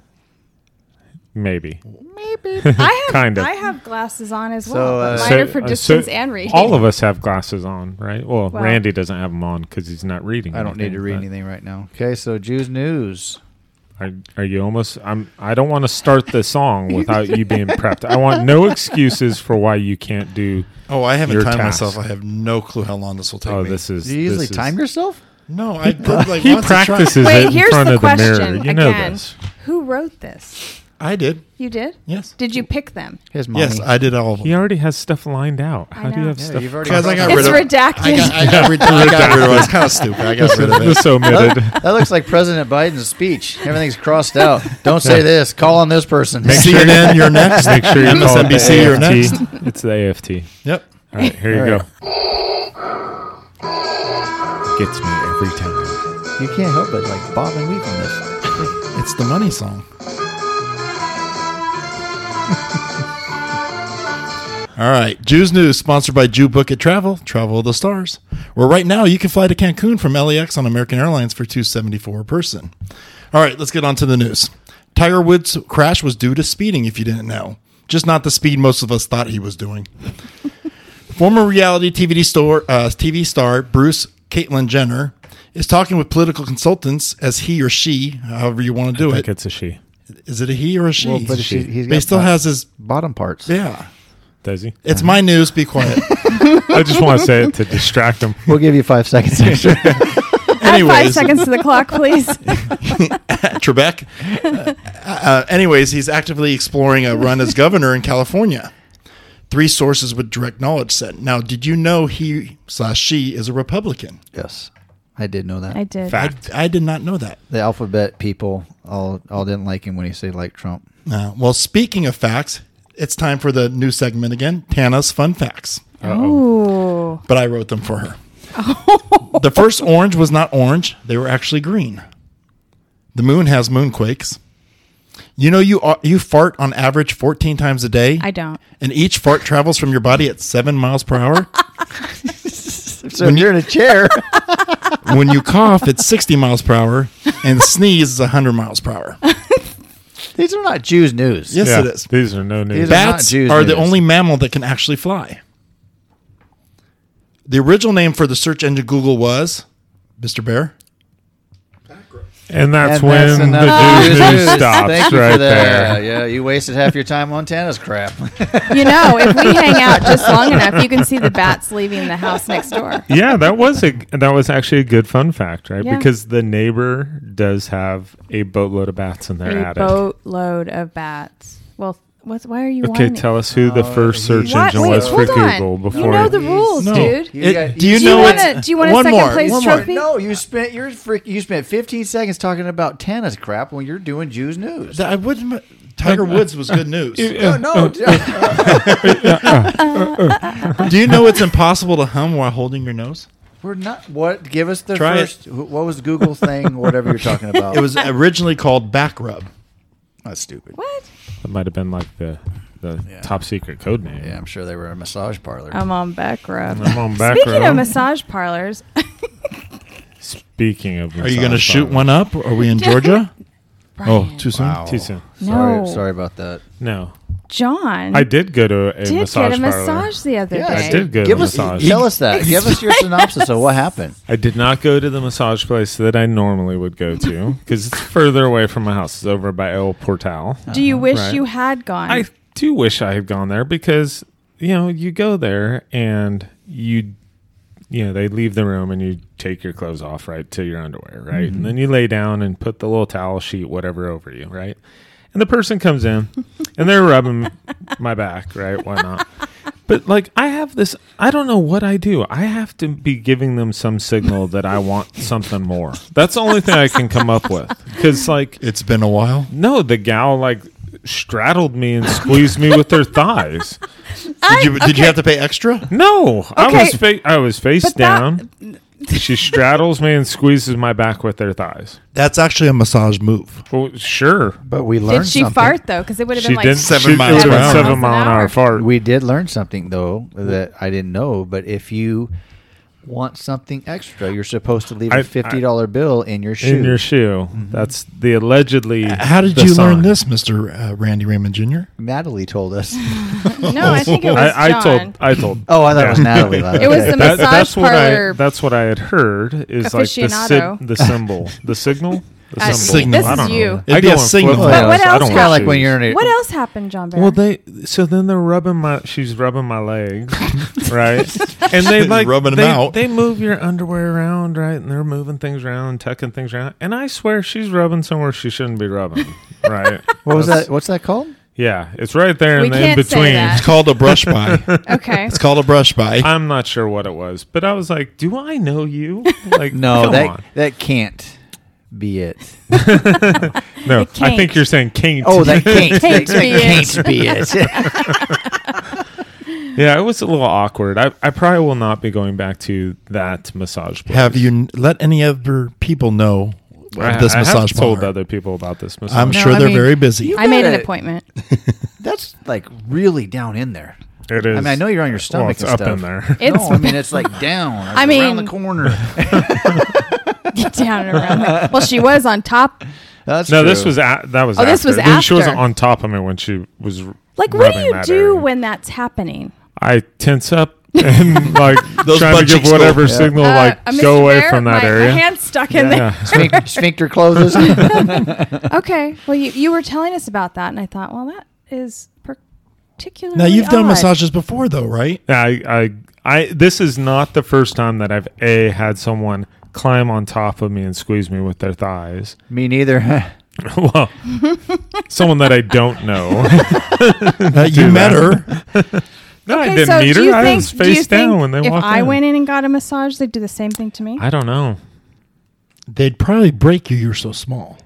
C: Maybe. [LAUGHS]
B: Maybe I have
C: Kinda.
B: I have glasses on as
A: So,
B: well. but
A: uh,
B: mine are
C: So-
B: for
C: uh,
B: distance
C: so
B: and reading.
C: All of us have glasses on, right? Well,
B: Well-
C: Randy doesn't have them on because he's not reading.
A: I don't need to read
C: but-
A: anything right now. Okay, so Jews news.
C: Are, are you almost? I'm. I don't want to start
B: [LAUGHS]
C: the song without you being prepped. I want no excuses for why you can't do.
D: Oh, I haven't
C: Your
D: timed
C: task.
D: myself. I have no clue how long this will take.
C: Oh,
D: me.
C: this is.
A: Do you usually
C: this is- [LAUGHS]
A: time yourself?
D: No, I did like
C: He
D: once I tried-
C: practices it
B: Wait,
C: in
B: here's
C: front
B: the
C: of the mirror.
B: question
C: You know
B: again.
C: this.
B: Who wrote this?
D: I did.
B: You did?
D: Yes.
B: Did you pick them?
A: His mommy.
D: Yes, I did all of them.
C: He already has stuff lined out. How do you
B: know.
C: have
A: Yeah,
C: stuff?
A: you've
C: [LAUGHS]
A: already
D: Guys, I got
B: It's
D: rid of
B: redacted.
D: I got, I got rid, I got rid of it. It's kind of stupid. I got rid of it.
C: this omitted.
B: [LAUGHS]
A: that looks like President Biden's speech. Everything's crossed out.
D: [LAUGHS]
A: Don't say this. Call on this person.
D: CNN, you're next.
C: Make sure you call it the
D: MSNBC, you're next.
C: AFT. [LAUGHS] It's the AFT.
D: Yep.
C: All right, here you
A: All
C: go.
A: right.
D: Gets me every time.
A: You can't help but like bob and weave on this.
D: It's the money song. All right, Jews News, sponsored by Jew Book It Travel, Travel of the Stars. Where right now you can fly to Cancun from LAX on American Airlines for two seventy four a person. All right, let's get on to the news. Tiger Woods' crash was due to speeding. If you didn't know, just not the speed most of us thought he was doing. [LAUGHS] Former reality TV star, uh, TV star Bruce Caitlyn Jenner is talking with political consultants as he or she, however you want to do
C: I
D: it.
C: think it's a she.
D: Is it a he or a she?
A: Well, but she, he's
D: But he
A: got
D: still
A: bo-
D: has his
A: bottom parts.
D: yeah.
C: Does he?
D: It's my news.
B: [LAUGHS]
D: Be quiet.
C: I just want to say it to distract
D: [LAUGHS]
C: him.
A: We'll give you five seconds extra.
B: Add five
D: Anyways.
B: seconds to the clock,
C: [LAUGHS]
B: please.
D: [LAUGHS] Trebek. Uh, uh, anyways, he's actively exploring a run as governor in California. Three sources with direct knowledge said. Now, did you know he slash she is a Republican?
A: yes, I did know that.
B: I did.
C: Fact.
D: I, I did not know that.
A: the alphabet people all all didn't like him when he said like Trump.
D: Uh, well, speaking of facts, it's time for the new segment again. Tana's fun facts.
B: Ooh.
D: but I wrote them for her. the first orange was not orange, they were actually green. The moon has moonquakes. You know you are, you fart on average 14 times a day
B: I don't.
A: [LAUGHS]
D: and each fart travels from your body at 7 miles per hour?
A: So when you're
D: [LAUGHS]
A: in a chair,
D: when you cough, it's 60 miles per hour, and sneeze is 100 miles per hour.
A: [LAUGHS] these are not Jews news.
D: Yes,
C: yeah,
D: it is.
C: These are no news.
A: These are- not
D: Bats
A: Jews
D: are the
A: news.
D: only mammal that can actually fly. The original name for the search engine Google was Mr. Bear.
C: and that's
A: And
C: when
A: enough
C: the Jews news
A: [LAUGHS]
C: stops
A: Thank you
C: right
A: for that.
C: there.
A: Yeah, you wasted half your time on tennis crap. [LAUGHS]
B: You know, if
C: [LAUGHS]
B: we hang out just long enough, you can see the bats leaving the house
C: [LAUGHS]
B: next door.
C: yeah, that was a that was actually a good fun fact, right?
B: Yeah.
C: Because the neighbor does have a boatload of bats in their
B: A
C: attic.
B: boatload of bats. Well, what's, why are you
C: Okay,
B: whining?
C: tell us who the first search
B: What?
C: engine
B: Wait,
C: was for
B: hold on.
C: Google before.
B: You
C: [LAUGHS]
B: know the rules,
D: No.
B: dude.
A: You
D: It-
A: got-
D: do you
A: Do
D: know
B: you
D: it's-
B: wanna- do you wanna
D: one
B: second
D: more,
B: place
D: one more.
B: trophy?
A: No, you spent you're freak, you spent 15 seconds talking about tennis crap when you're doing Jews news.
D: I wouldn't. Tiger
A: uh,
D: Woods was
A: [LAUGHS]
D: good
C: [LAUGHS]
D: news.
A: no, no,
D: Do you know it's impossible to hum while holding your nose?
A: [LAUGHS] we're not. What? Give us the
D: Try it.
A: first. wh- What was the Google thing? Whatever you're talking about.
B: [LAUGHS]
D: It was originally called back rub.
A: That's stupid.
B: What?
C: That might have been like the the top secret code name.
A: Yeah, I'm sure they were a massage parlor.
B: I'm on back [LAUGHS] rub.
C: I'm on back
B: Speaking
C: row.
B: of massage parlors, [LAUGHS]
C: Speaking of,
D: Are you going to
C: massage
D: shoot
C: parlors.
D: one up? Are
B: [LAUGHS]
D: we in Georgia? oh, too soon.
A: Wow.
C: Too soon.
B: No.
A: Sorry, sorry about that.
C: No,
B: John
C: I did go to a
B: did
C: massage
B: get a
C: parlor.
B: massage the other
A: Yeah,
B: day.
C: I did go to
A: Give
C: a
A: us.
C: massage.
A: Tell us that. Give us your synopsis of what happened.
C: I did not go to the massage place that I normally would go to because it's further away from my house. It's over by El Portal.
B: Do you wish
C: Uh-huh. Right.
B: you had gone?
C: I do wish I had gone there because you know you go there and you you know they leave the room and you take your clothes off right to your underwear right and then you lay down and put the little towel sheet whatever over you right and the person comes in and they're rubbing my back right why not but like I have this I don't know what I do I have to be giving them some signal that I want something more that's the only thing I can come up with because like
D: It's been a while.
C: no, the gal like straddled me and squeezed me with her thighs.
D: Did you, did you have to pay extra?
C: No, I
B: Okay.
C: was fa- I was face
B: But that-
C: down. she straddles me and squeezes my back with her thighs.
D: That's actually a massage move.
C: Well, sure.
A: But we learned.
B: did she fart though? Because it would have
C: She
B: been like
C: didn't
D: seven
C: she- it
D: miles
C: was
D: an
C: a
D: hour.
C: seven mile an hour fart.
A: We did learn something though that I didn't know. But if you want something extra, you're supposed to leave
C: I- I-
A: a fifty dollar bill in your shoe.
C: in your shoe.
A: Mm-hmm.
C: That's the allegedly.
D: How did
C: the
D: you
C: sign.
D: learn this, Mr. Uh, Randy Raymond Jr.?
A: Natalie told us.
B: [LAUGHS]
A: [LAUGHS]
B: no. I think it was
C: I, I
B: John.
C: told. I told.
A: Oh, I thought it was
C: Yeah.
A: Natalie. last
B: [LAUGHS] It was
A: night.
B: the
C: That-
B: massage
C: that's what I.
B: parlor
C: That's what I had heard. Is like the,
B: aficionado.
C: sig- the symbol, the signal, the
B: I-
C: symbol.
D: This
C: I
D: is
C: don't know.
B: you.
D: It'd
C: I
D: be
C: go
D: a
C: in
D: signal.
C: flip-flops.
B: But what
C: I
B: else
C: don't
A: Kind of
C: wear
A: like when
C: shoes.
A: you're in a,
B: what else happened, John Bear?
C: Well, they so then they're rubbing my. She's rubbing
B: [LAUGHS]
C: my legs, right? and they like
D: Rubbing 'em
C: they,
D: out.
C: They move your underwear around, right? And they're moving things around, and tucking things around. And I swear, she's rubbing somewhere she shouldn't be rubbing, [LAUGHS] right?
A: What was
C: That's-
A: that? What's that called?
C: Yeah, it's right there
B: We
C: in, the in
B: can't say
C: between.
B: that.
D: It's called a
B: [LAUGHS]
D: brush by.
B: okay.
D: It's called a brush by.
C: I'm not sure what it was, but I was like, "Do I know you?" Like,
A: No,
C: come
A: that
C: on.
A: that can't be it. [LAUGHS]
C: no.
B: It
C: I think
B: can't.
C: you're saying King.
A: Oh,
C: [LAUGHS]
A: that can't.
B: Can't
A: that,
B: be
A: that
B: it.
A: can't be it.
C: yeah, it was a little awkward. I, I probably will not be going back to that massage. Place.
D: Have you n- let any other people know of
C: I,
D: this
C: I have
D: massage
C: told
D: parlor?
C: other people about this massage?
D: I'm
C: parlor.
D: sure
A: I
D: they're
A: mean,
D: very busy.
A: you
B: I made an
A: gotta-
B: appointment.
A: That's like really down in there.
C: It is.
A: I mean, I know you're on your
C: well,
A: stomach
C: it's
A: and
C: up
A: stuff.
C: in there.
B: It's
A: no, I mean it's
B: [LAUGHS]
A: like down.
B: I
A: I mean around
B: mean-
A: the corner.
B: down and around. there. Well, she was on top.
A: That's
C: No,
A: true. [LAUGHS]
C: this was a that was.
B: Oh,
C: after.
B: this was
C: Then She wasn't
B: after.
C: on top of me when she was. r-
B: Like, what do
C: rubbing
B: you
C: that
B: do
C: area.
B: when that's happening?
C: I tense up [LAUGHS] and like
D: [LAUGHS] Those
C: trying to
D: butt
C: give
D: cheeks go
C: whatever
D: up.
C: signal
B: Uh,
C: like
B: uh, Mr.
C: go away
B: Bear,
C: from that
B: my,
C: area.
B: My hand's stuck in there.
C: yeah.
A: Sphinc- sphincter closes.
B: [LAUGHS]
C: [LAUGHS]
B: Okay. Well, you, you were telling us about that, and I thought, well, that is particularly.
D: Now you've done
B: odd.
D: massages before, though, right?
C: Yeah, I, I, I, this is not the first time that I've a had someone climb on top of me and squeeze me with their thighs.
A: Me neither. [LAUGHS]
C: well, someone that I don't
B: [LAUGHS]
C: know.
D: Uh, you
C: do
D: met
C: that.
D: her.
C: no, I
B: Okay,
C: didn't
B: so
C: meet
B: do
C: her.
B: you
C: I
B: think,
C: was
B: do you
C: face down
B: think
C: when they
B: if
C: walked
B: I
C: in.
B: went in and got a massage, they'd do the same thing to me?
C: I don't know.
D: They'd probably break you. You're so small.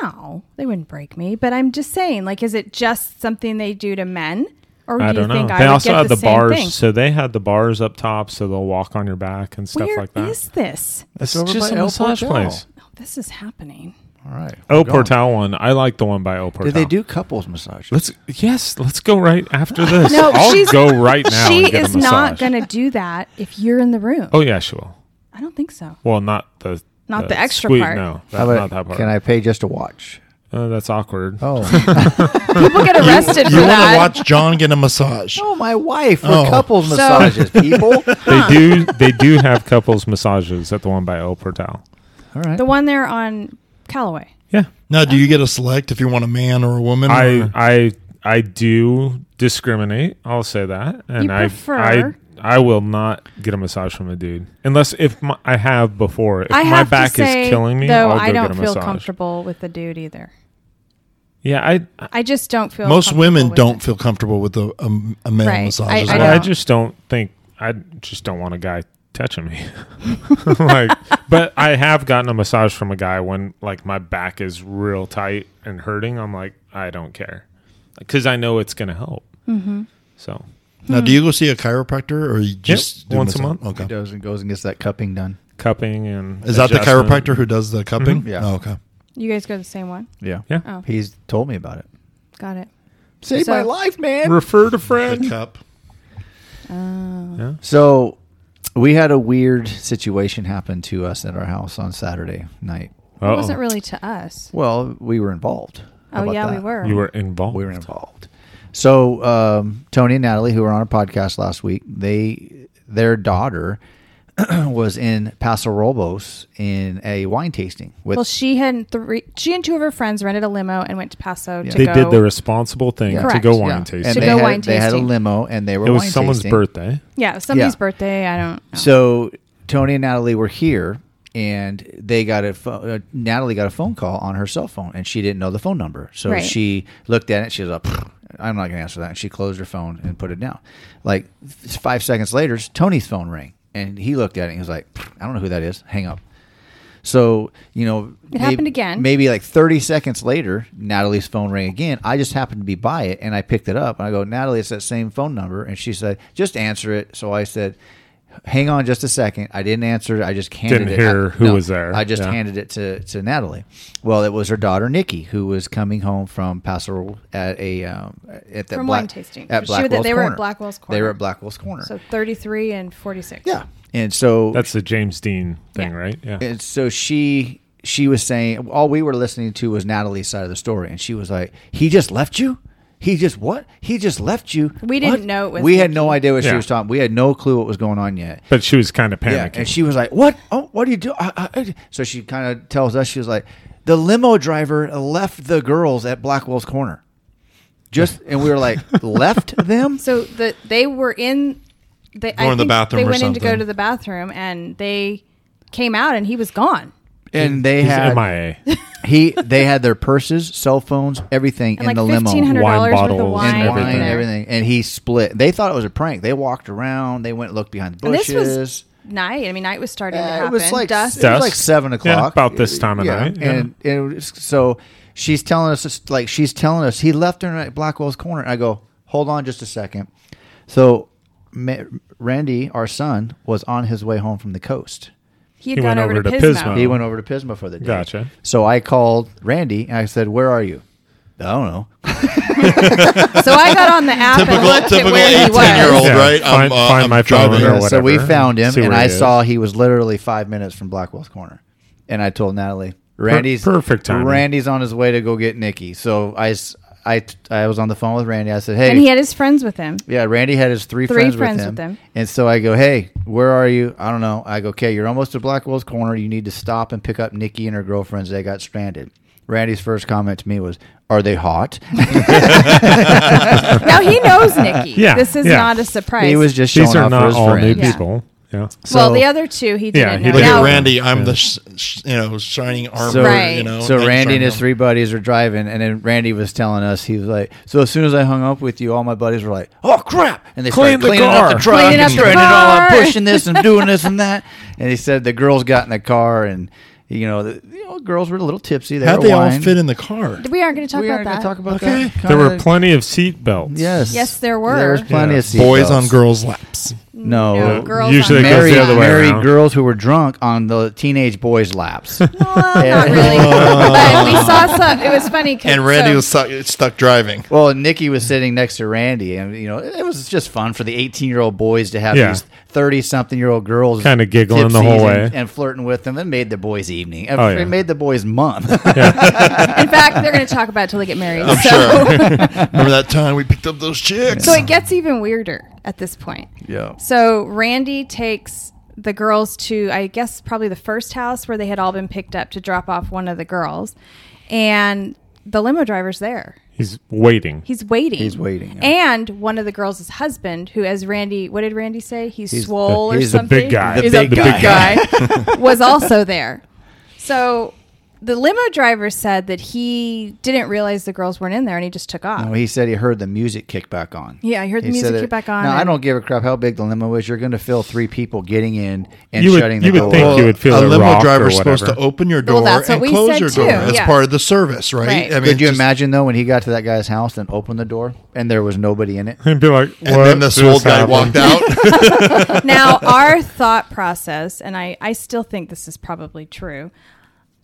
B: no, they wouldn't break me. But I'm just saying, like, is it just something they do to men, or do
C: I
B: you
C: don't know.
B: think I
C: They
B: would
C: also
B: get
C: had the,
B: same
C: bars,
B: thing?
C: so they had the bars up top, so they'll walk on your back and stuff
B: Where
C: like that.
B: is this?
C: It's
A: over
C: just
A: by
C: a
A: El
C: massage
A: Portal.
C: place.
B: Oh, this is happening.
A: All right.
C: El
A: We're going.
C: Portal one. I like the one by El Portal.
A: Did they do couples massages?
C: Let's yes, let's go right after
B: [GASPS]
C: this.
B: No,
C: I'll
B: she's-
C: go right now.
B: she
C: and get a
B: is not
C: massage.
B: going to do that if you're in the room.
C: Oh yeah, she will.
B: I don't think so.
C: Well, not the
B: Not the extra
C: sweet-
B: part.
C: No,
A: How
C: that's
A: about,
C: not that part.
A: Can I pay just to watch?
C: [LAUGHS] Uh, that's awkward.
A: Oh,
B: People get arrested
D: You
B: for
D: want to
B: that.
D: watch John get a massage?
A: oh, my wife for
D: Oh.
A: couples
B: [LAUGHS]
A: massages, people.
C: They do. They do have couples massages at the one by El Portal.
A: All right.
B: The one there on Callaway.
C: Yeah,
D: Now, do you get to select if you want a man or a woman?
B: Uh-huh.
C: I
D: or-
C: I I do discriminate. I'll say that, and
B: You
C: I
B: prefer-
C: I I will not get a massage from a dude unless if my, I have before. If
B: I
C: my
B: have
C: back
B: to say,
C: is killing me,
B: though,
C: I'll go
B: I don't
C: get a
B: feel
C: massage.
B: comfortable with the dude either.
C: Yeah, I I,
B: I just don't feel.
D: most
B: comfortable
D: women
B: with
D: don't
B: it.
D: feel comfortable with a, a, a male
B: Right.
D: massage.
B: I-
D: as
B: I
D: well.
C: I
B: don't.
C: just don't think I just don't want a guy touching me. [LAUGHS] like, but I have gotten a massage from a guy when like my back is real tight and hurting. I'm like, I don't care because I know it's gonna help. Mm-hmm. So
D: Now, do you go see a chiropractor or you just do
C: once a
D: massage?
C: month.
A: He
D: Okay.
A: does and goes and gets that cupping done.
C: cupping and
D: Is that the
C: adjustment.
D: chiropractor who does the cupping?
A: Mhm. Yeah.
D: Oh, okay.
B: You guys go to the same one.
A: Yeah.
C: Yeah.
B: Oh,
A: He's told me about it.
B: got it.
A: Save
B: So-
A: my life, man.
C: Refer
B: [LAUGHS]
C: to
D: The
C: friend.
D: cup.
B: Oh.
A: So we had a weird situation happen to us at our house on Saturday night.
B: It
C: Uh-oh.
B: wasn't really to us.
A: Well, we were involved. How
B: Oh
A: about
B: yeah, we
A: that?
B: were.
C: You were involved.
A: We were involved. So um, Tony and Natalie, who were on our podcast last week, they their daughter [CLEARS THROAT] was in Paso Robles in a wine tasting with
B: Well, she had three. She and two of her friends rented a limo and went to Paso to
C: They
B: go.
C: did the responsible thing to
B: Correct.
C: go
B: Yeah.
C: wine
A: yeah,
C: tasting.
A: and
B: To
A: they
B: go
A: had,
B: wine
A: They had a
B: tasting.
A: limo and they were
C: it was
A: wine
C: someone's
A: tasting.
C: birthday.
B: yeah, it was somebody's
A: Yeah.
B: birthday. I don't. know.
A: So Tony and Natalie were here, and they got a pho- uh, Natalie got a phone call on her cell phone, and she didn't know the phone number. So
B: Right.
A: she looked at it. She was like, "Pfft, "I'm not going to answer that." And she closed her phone and put it down. Like f- five seconds later, Tony's phone rang, and he looked at it. and He was like, "Pfft, "I don't know who that is. Hang up." So you know,
B: It happened again.
A: Maybe like thirty seconds later, Natalie's phone rang again. I just happened to be by it, and I picked it up. And I go, Natalie, it's that same phone number. And she said, just answer it. So I said, hang on just a second. I didn't answer. it. I just handed
C: Didn't
A: it.
C: hear
A: I-
C: who was there.
A: I just
C: Yeah.
A: handed it to to Natalie. Well, it was her daughter Nikki who was coming home from Paso at a um, at that
B: From
A: Black-
B: wine tasting.
A: at
B: She- they
A: Blackwell's
B: were at
A: Corner.
B: Blackwell's
A: They were
B: Corner.
A: at Blackwell's Corner.
B: So thirty-three and forty-six.
A: yeah, and so
C: That's the James Dean thing,
B: Yeah.
C: right? Yeah.
A: and so she she was saying all we were listening to was Natalie's side of the story, and she was like, "He just left you." He just what? He just left you.
B: We didn't
A: What?"
B: know it was
A: we had no
B: Nikki.
A: idea what she
C: Yeah.
A: was talking. We had no clue what was going on yet.
C: but she was kind of panicking.
A: Yeah, and she was like, "What? Oh, what do you do?" I, I, I-" So she kind of tells us she was like, "The limo driver left the girls at Blackwell's Corner." Just and we were like, "Left them?"
B: So the they were in. They, I
D: Going to the
B: think
D: bathroom
B: They
D: or
B: went in to go
D: something.
B: to the bathroom and they came out and he was gone.
A: And they
C: He's
A: had
C: MIA.
A: he they had their purses, cell phones, everything
B: And
A: in
B: like
A: the limo.
B: fifteen hundred dollars worth of
C: bottles
B: wine.
A: and
C: and
A: wine
B: in
A: and
B: there.
A: everything. And he split. They thought it was a prank. They walked around. They went and looked behind the
B: And this
A: bushes.
B: was night. I mean, night was starting to
A: Uh,
B: happen.
A: it was like
B: Dusk.
A: it was like seven o'clock,
C: about this time of night, yeah.
A: And, and it was- so she's telling us, it's like she's telling us, he left her at Blackwell's corner. And I go, hold on, just a second. So Ma- Randy, our son, was on his way home from the coast.
B: he had
C: He
B: gone
C: went
B: over to
C: over to
B: Pismo.
C: Pismo.
A: He went over to Pismo for the day.
C: Oh. Gotcha.
A: So I called Randy and I said, "Where are you?" I don't know.
B: So I got on the app and
D: Typical,
B: looked at
D: typical
B: where he was.
D: eighteen-year-old,
C: Yeah,
D: right? uh,
C: find- find my phone
D: driving.
A: Yeah,
C: or
A: so we
C: whatever.
A: found him,
C: See
A: and
C: where
A: I
C: he is.
A: saw he was literally five minutes from Blackwell's Corner, and I told Natalie, "Randy's
C: perfect timing.
A: Randy's on his way to go get Nikki." So I, s- I, I was on the phone with Randy. I said, "Hey,
B: And he had his friends with him.
A: yeah, Randy had his three,
B: Three
A: friends,
B: friends
A: with, him.
B: with him.
A: And so I go, hey, where are you? I don't know. I go, okay, you're almost to Blackwell's Corner. You need to stop and pick up Nikki and her girlfriends. They got stranded. Randy's first comment to me was, are they hot? [LAUGHS]
B: Now he knows Nikki.
C: Yeah,
B: This is
C: yeah.
B: not a surprise.
A: he was just showing
C: These are
A: off for
C: not
A: his
C: all
A: friends.
C: new
B: Yeah.
C: people. Yeah.
B: well,
A: so-
B: the other two he
C: Yeah,
B: didn't
C: he
B: know.
D: Look
C: didn't-
B: Now-
D: at Randy. I'm the sh- sh- you know shining armor.
B: Right.
D: You know,
A: So
D: knight
A: Randy and his
D: shining
A: three buddies are driving, and then Randy was telling us he was like, "So as soon as I hung up with you, all my buddies were like, oh crap!" And they started
C: Clean the
A: cleaning up
C: car.
A: the truck,
B: Cleaning
A: and
B: up the
A: straightening it all up,
B: car.
A: pushing this and doing this
B: [LAUGHS]
A: and that. And he said the girls got in the car, and you know, the you know, girls were a little tipsy. They
D: armor. How'd
A: were
D: they all
A: whined.
D: fit in the car?
B: we aren't going to talk
A: we aren't going
B: about that.
A: to talk about
D: Okay.
A: that.
C: There were
A: Kinda-
C: plenty of seat belts.
A: yes,
B: Yes, there were.
A: There was plenty
C: Yeah.
A: of seat
D: Boys
A: belts.
D: on girls' laps.
A: No.
B: No,
A: Uh,
B: girls
C: usually
B: on
C: it goes
B: both
A: married,
C: the other way
A: married
C: around.
A: girls who were drunk on the teenage boys' laps.
C: [LAUGHS]
B: Well, not really. but we saw some. It was funny. 'cause-
D: And Randy
B: so-
D: was stuck,
B: [LAUGHS]
D: stuck driving.
A: well, Nikki was sitting next to Randy, and you know it was just fun for the eighteen-year-old boys to have
C: Yeah.
A: these thirty-something-year-old girls
C: Kinda giggling the whole
A: tipsies
C: way.
A: and, and flirting with them. It made the boys' evening. It,
C: Oh, yeah.
A: it made the boys' month.
C: [LAUGHS]
B: In fact, they're going to talk about it till they get married.
D: I'm
B: so,
D: sure. Remember that time we picked up those chicks?
B: so it gets even weirder at this point.
A: yeah.
B: So Randy takes the girls to, I guess, probably the first house where they had all been picked up to drop off one of the girls, and the limo driver's there.
C: He's waiting.
B: He's waiting.
A: He's waiting,
B: And one of the girls' husband, who, as Randy, what did Randy say? He's,
A: He's
B: swole
A: the-
B: or
A: he's the
B: something.
A: big
C: guy.
A: The
B: He's
A: big
B: a big
A: guy.
B: guy.
A: [LAUGHS]
B: was also there. So the limo driver said that he didn't realize the girls weren't in there, and he just took off.
A: No, he said he heard the music kick back on.
B: Yeah, he heard the music
A: said
B: kick
A: it-
B: back on
A: Now I
B: and-
A: don't give a crap how big the limo is. You're going to fill three people getting in and
C: You would-
A: shutting the
C: you would
A: door.
C: think you would feel
D: a
C: it
D: limo
C: rocked or
D: driver's supposed to
C: whatever.
D: open your door
B: Well, that's what
D: and
B: we
D: close
B: said
D: your
B: too,
D: door. That's
B: yeah.
D: part of the service, right?
B: Right.
A: Could you
D: just-
A: imagine though when he got to that guy's house and opened the door and there was nobody in it?
C: And be like, what?
D: And then this old guy walked out.
B: now our thought process and I, I still think this is probably true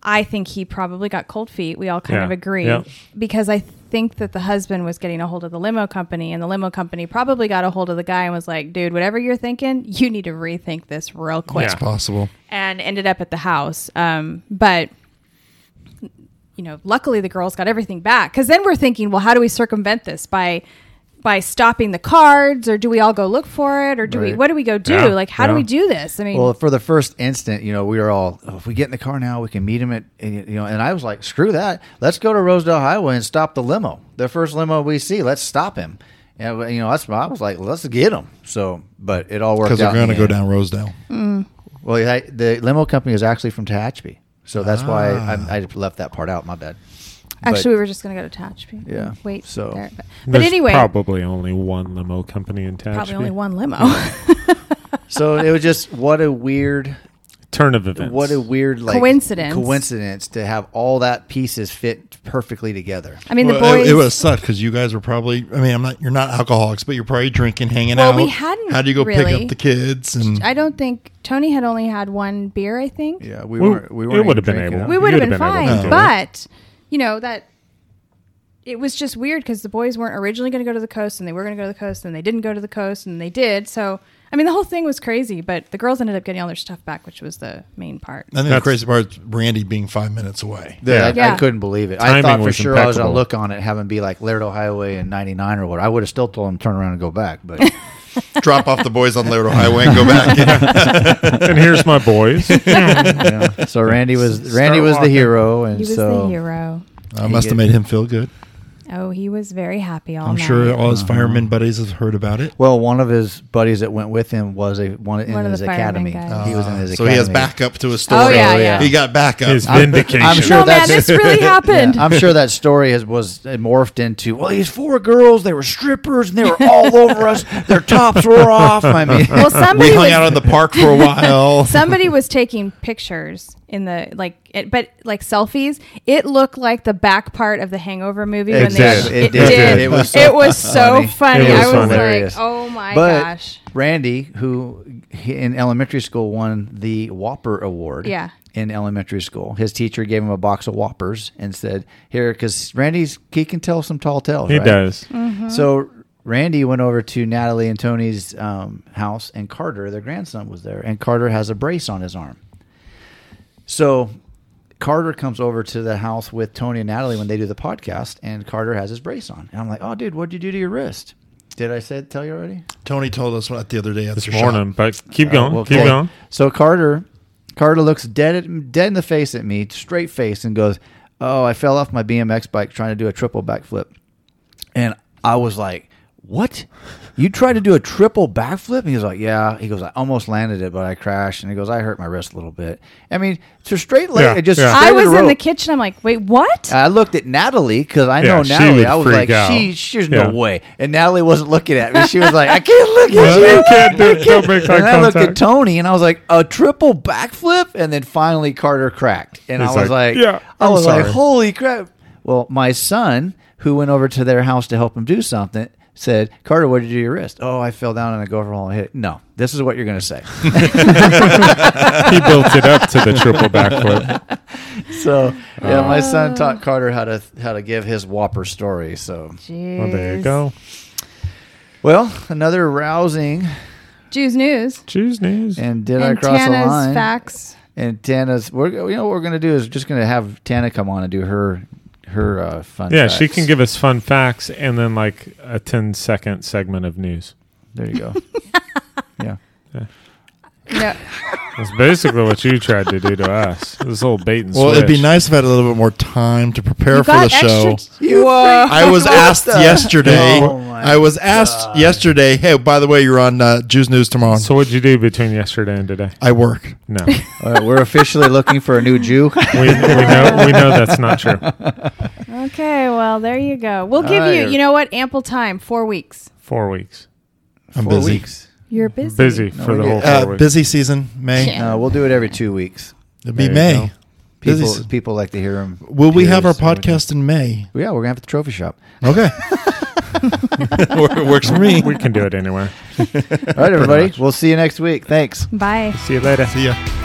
B: i think he probably got cold feet we all kind
C: Yeah,
B: of agree
C: yeah.
B: because i think that the husband was getting a hold of the limo company and the limo company probably got a hold of the guy and was like dude whatever you're thinking you need to rethink this real quick
C: Yeah.
D: [LAUGHS] [LAUGHS] Possible.
B: and ended up at the house. Um, but you know, luckily the girls got everything back because then we're thinking, well, how do we circumvent this by by stopping the cards, or do we all go look for it, or do we
A: Right.
B: what do we go do?
C: Yeah,
B: like, how do
C: yeah.
B: we do this? I mean,
A: Well, for the first instant, you know, we were all, oh, if we get in the car now, we can meet him at, and, you know, and I was like, screw that. Let's go to Rosedale Highway and stop the limo. The first limo we see, let's stop him. And, well, you know, that's why I was like, let's get him. So, but it all worked out.
D: Because they're
A: in
D: going to
A: the
D: go
A: end.
D: down Rosedale.
A: Well, I, the limo company is actually from Tehachapi. So that's why
C: Ah.
A: I, I left that part out. My bad.
B: actually, we were just going to go to Tatchby.
A: Yeah,
B: wait.
A: so-
B: there. but, but
C: There's
B: anyway, probably,
C: probably only one limo company in town.
B: only one limo. [LAUGHS]
A: So it was just what a weird
C: turn of events.
A: What a weird [LAUGHS] like
B: Coincidence.
A: coincidence to have all that pieces fit perfectly together.
B: I mean, the
D: Well,
B: boys.
D: it, it would have sucked because you guys were probably. I mean, I'm not. You're not alcoholics, but you're probably drinking, hanging
B: Well,
D: out.
B: we hadn't
D: How do you go pick
B: really.
D: up the kids? And
B: I don't think Tony had only had one beer. I think.
A: Yeah, we
C: Well,
A: weren't. We
C: it
A: weren't.
C: would've
A: even
C: been
A: drinking.
C: able-
B: we
C: You
B: would have
C: would've
B: been,
C: been
B: fine.
C: able to.
B: But you know that it was just weird because the boys weren't originally going to go to the coast, and they were going to go to the coast, and they didn't go to the coast, and they did. So I mean, the whole thing was crazy. But the girls ended up getting all their stuff back, which was the main part.
D: and then the
C: That's-
D: crazy part is Randy being five minutes [LAUGHS] away.
A: Yeah, I- I,
B: Yeah.
A: couldn't believe it. I
C: Timing
A: thought for
C: was
A: sure I was gonna
C: impeccable.
A: look on it, have him be like Laredo Highway and 99 or what. I would have still told him to turn around and go back,
B: [LAUGHS]
A: but
D: Drop off the boys on Laredo Highway and go back.
C: [LAUGHS]
D: [LAUGHS]
C: and here's
A: [LAUGHS]
C: my boys.
A: yeah. so Randy was Randy was the
C: walking.
A: hero, and
B: He was
A: so
B: the hero.
D: I must have made him feel good.
B: Oh, he was very happy all
D: I'm
B: night.
D: sure all his firemen buddies have heard about it.
A: well, one of his buddies that went with him was a one in
B: One of
A: his
B: the fireman
A: academy.
B: guys.
A: He was in his
D: so
A: academy.
D: he
B: [LAUGHS]
D: has backup to his story.
B: Oh, yeah, yeah.
D: He got backup.
C: His
D: I-
C: vindication.
A: I'm sure
B: no man,
A: that's-
B: this really happened.
A: I'm sure that story has was it morphed into well, these four girls, they were strippers and they were all over us. Their tops were off. I mean,
B: Well,
D: we
B: somebody
D: hung
B: was
D: out in the park for
B: [LAUGHS]
D: a while.
B: somebody was taking pictures in the like it, but like selfies it looked like the back part of the hangover movie
A: It
B: when
A: did.
B: they
A: It
B: it
A: did.
B: did,
A: It
B: It,
A: was
B: was
A: so
B: so funny,
A: funny.
C: It was
B: i was
A: hilarious.
B: like oh my
A: but
B: gosh
A: Randy, who he- in elementary school won the Whopper Award,
B: Yeah.
A: in elementary school, his teacher gave him a box of Whoppers and said, "Here, because Randy's he can tell some tall tales.
C: he
A: right?
C: does.
B: Mm.
A: Mm-hmm. So." Randy went over to Natalie and Tony's um, house, and Carter, their grandson, was there. And Carter has a brace on his arm. So Carter comes over to the house with Tony and Natalie when they do the podcast, and Carter has his brace on. And I'm like, "Oh, dude, what'd you do to your wrist?" Did I say tell you already?
D: Tony told us what the other day
C: This
D: after
C: morning, but keep going.
A: Uh, Well,
C: keep
A: okay. [LAUGHS]
C: going.
A: So Carter, Carter looks dead at, dead in the face at me, straight face, and goes, "Oh, I fell off my BMX bike trying to do a triple backflip," and I was like, "What? You tried to do a triple backflip?" And he was like, "Yeah." He goes, "I almost landed it, but I crashed." And he goes, "I hurt my wrist a little bit." I mean, so straight leg,
C: Yeah,
A: it just
C: yeah.
A: straight
B: i was in the
A: rope.
B: kitchen i'm like wait what
A: I looked at Natalie because I know
C: Yeah, she
A: Natalie.
C: would
A: I was
C: freak
A: like,
C: out.
A: she, she's
C: Yeah.
A: no way. And Natalie wasn't looking at me. She was like, I can't look at
C: You
A: you.
C: can't do it. Don't make eye
A: And I looked at
C: contact.
A: Tony and I was like, a triple backflip? And then finally Carter cracked. And
C: He's
A: I was like,
C: like, "Yeah,
A: I
C: I'm
A: was like,
C: sorry."
A: holy crap. Well, my son, who went over to their house to help him do something, said, Carter, what did you do to your wrist? Oh, I fell down on a gopher hole and hit it. No, this is what you're going to say. [LAUGHS]
C: he built it up to the triple backflip.
A: so, yeah, my son taught Carter how to how to give his whopper story. So,
B: Jeez.
C: Well, there you go.
A: well, another rousing.
B: Jews news.
C: Choose news.
A: And did I
B: and
A: cross the
B: Tana's
A: line?
B: facts.
A: And Tana's, we're you know what we're gonna do is just gonna have Tana come on and do her her uh, fun.
C: Yeah, she
A: facts.
C: can give us fun facts and then like a 10 second segment of news.
A: There you go. [LAUGHS] yeah.
B: No,
C: That's basically what you tried to do to us. This whole bait and
D: Well, it'd be
C: switch.
D: nice if I had a little bit more time to prepare
B: you
D: for the
B: got
D: show.
B: extra. [LAUGHS] You
D: [LAUGHS] I was asked yesterday.
A: Oh my
D: I was asked yesterday. Hey, by the way, you're on uh, Jews News tomorrow.
C: So, what'd you do between yesterday and today?
D: I work. [LAUGHS]
C: No,
A: All right, we're
C: [LAUGHS]
A: officially looking for a new Jew.
C: we, we know we know that's not true.
B: Okay, well, there you go. We'll give you,
A: Alright.
B: you know what, ample time, four weeks.
C: Four weeks,
D: I'm
A: Four
D: busy.
A: weeks.
B: You're busy. [LAUGHS]
C: busy for
A: we
C: the
A: did-
C: whole four
D: Uh,
C: weeks.
D: busy season, May.
B: Yeah.
A: No, we'll do it every two weeks.
D: It'll be
C: There you
D: May. Busy
A: People
D: se-
A: people like to hear them.
D: Will we have our podcast in May?
A: Yeah, we're gonna have the trophy shop.
D: Okay. Works for me.
C: We can do it anywhere.
D: [LAUGHS]
A: All right, everybody. We'll see you next week. Thanks.
B: Bye.
C: [LAUGHS] See you later.
D: See ya.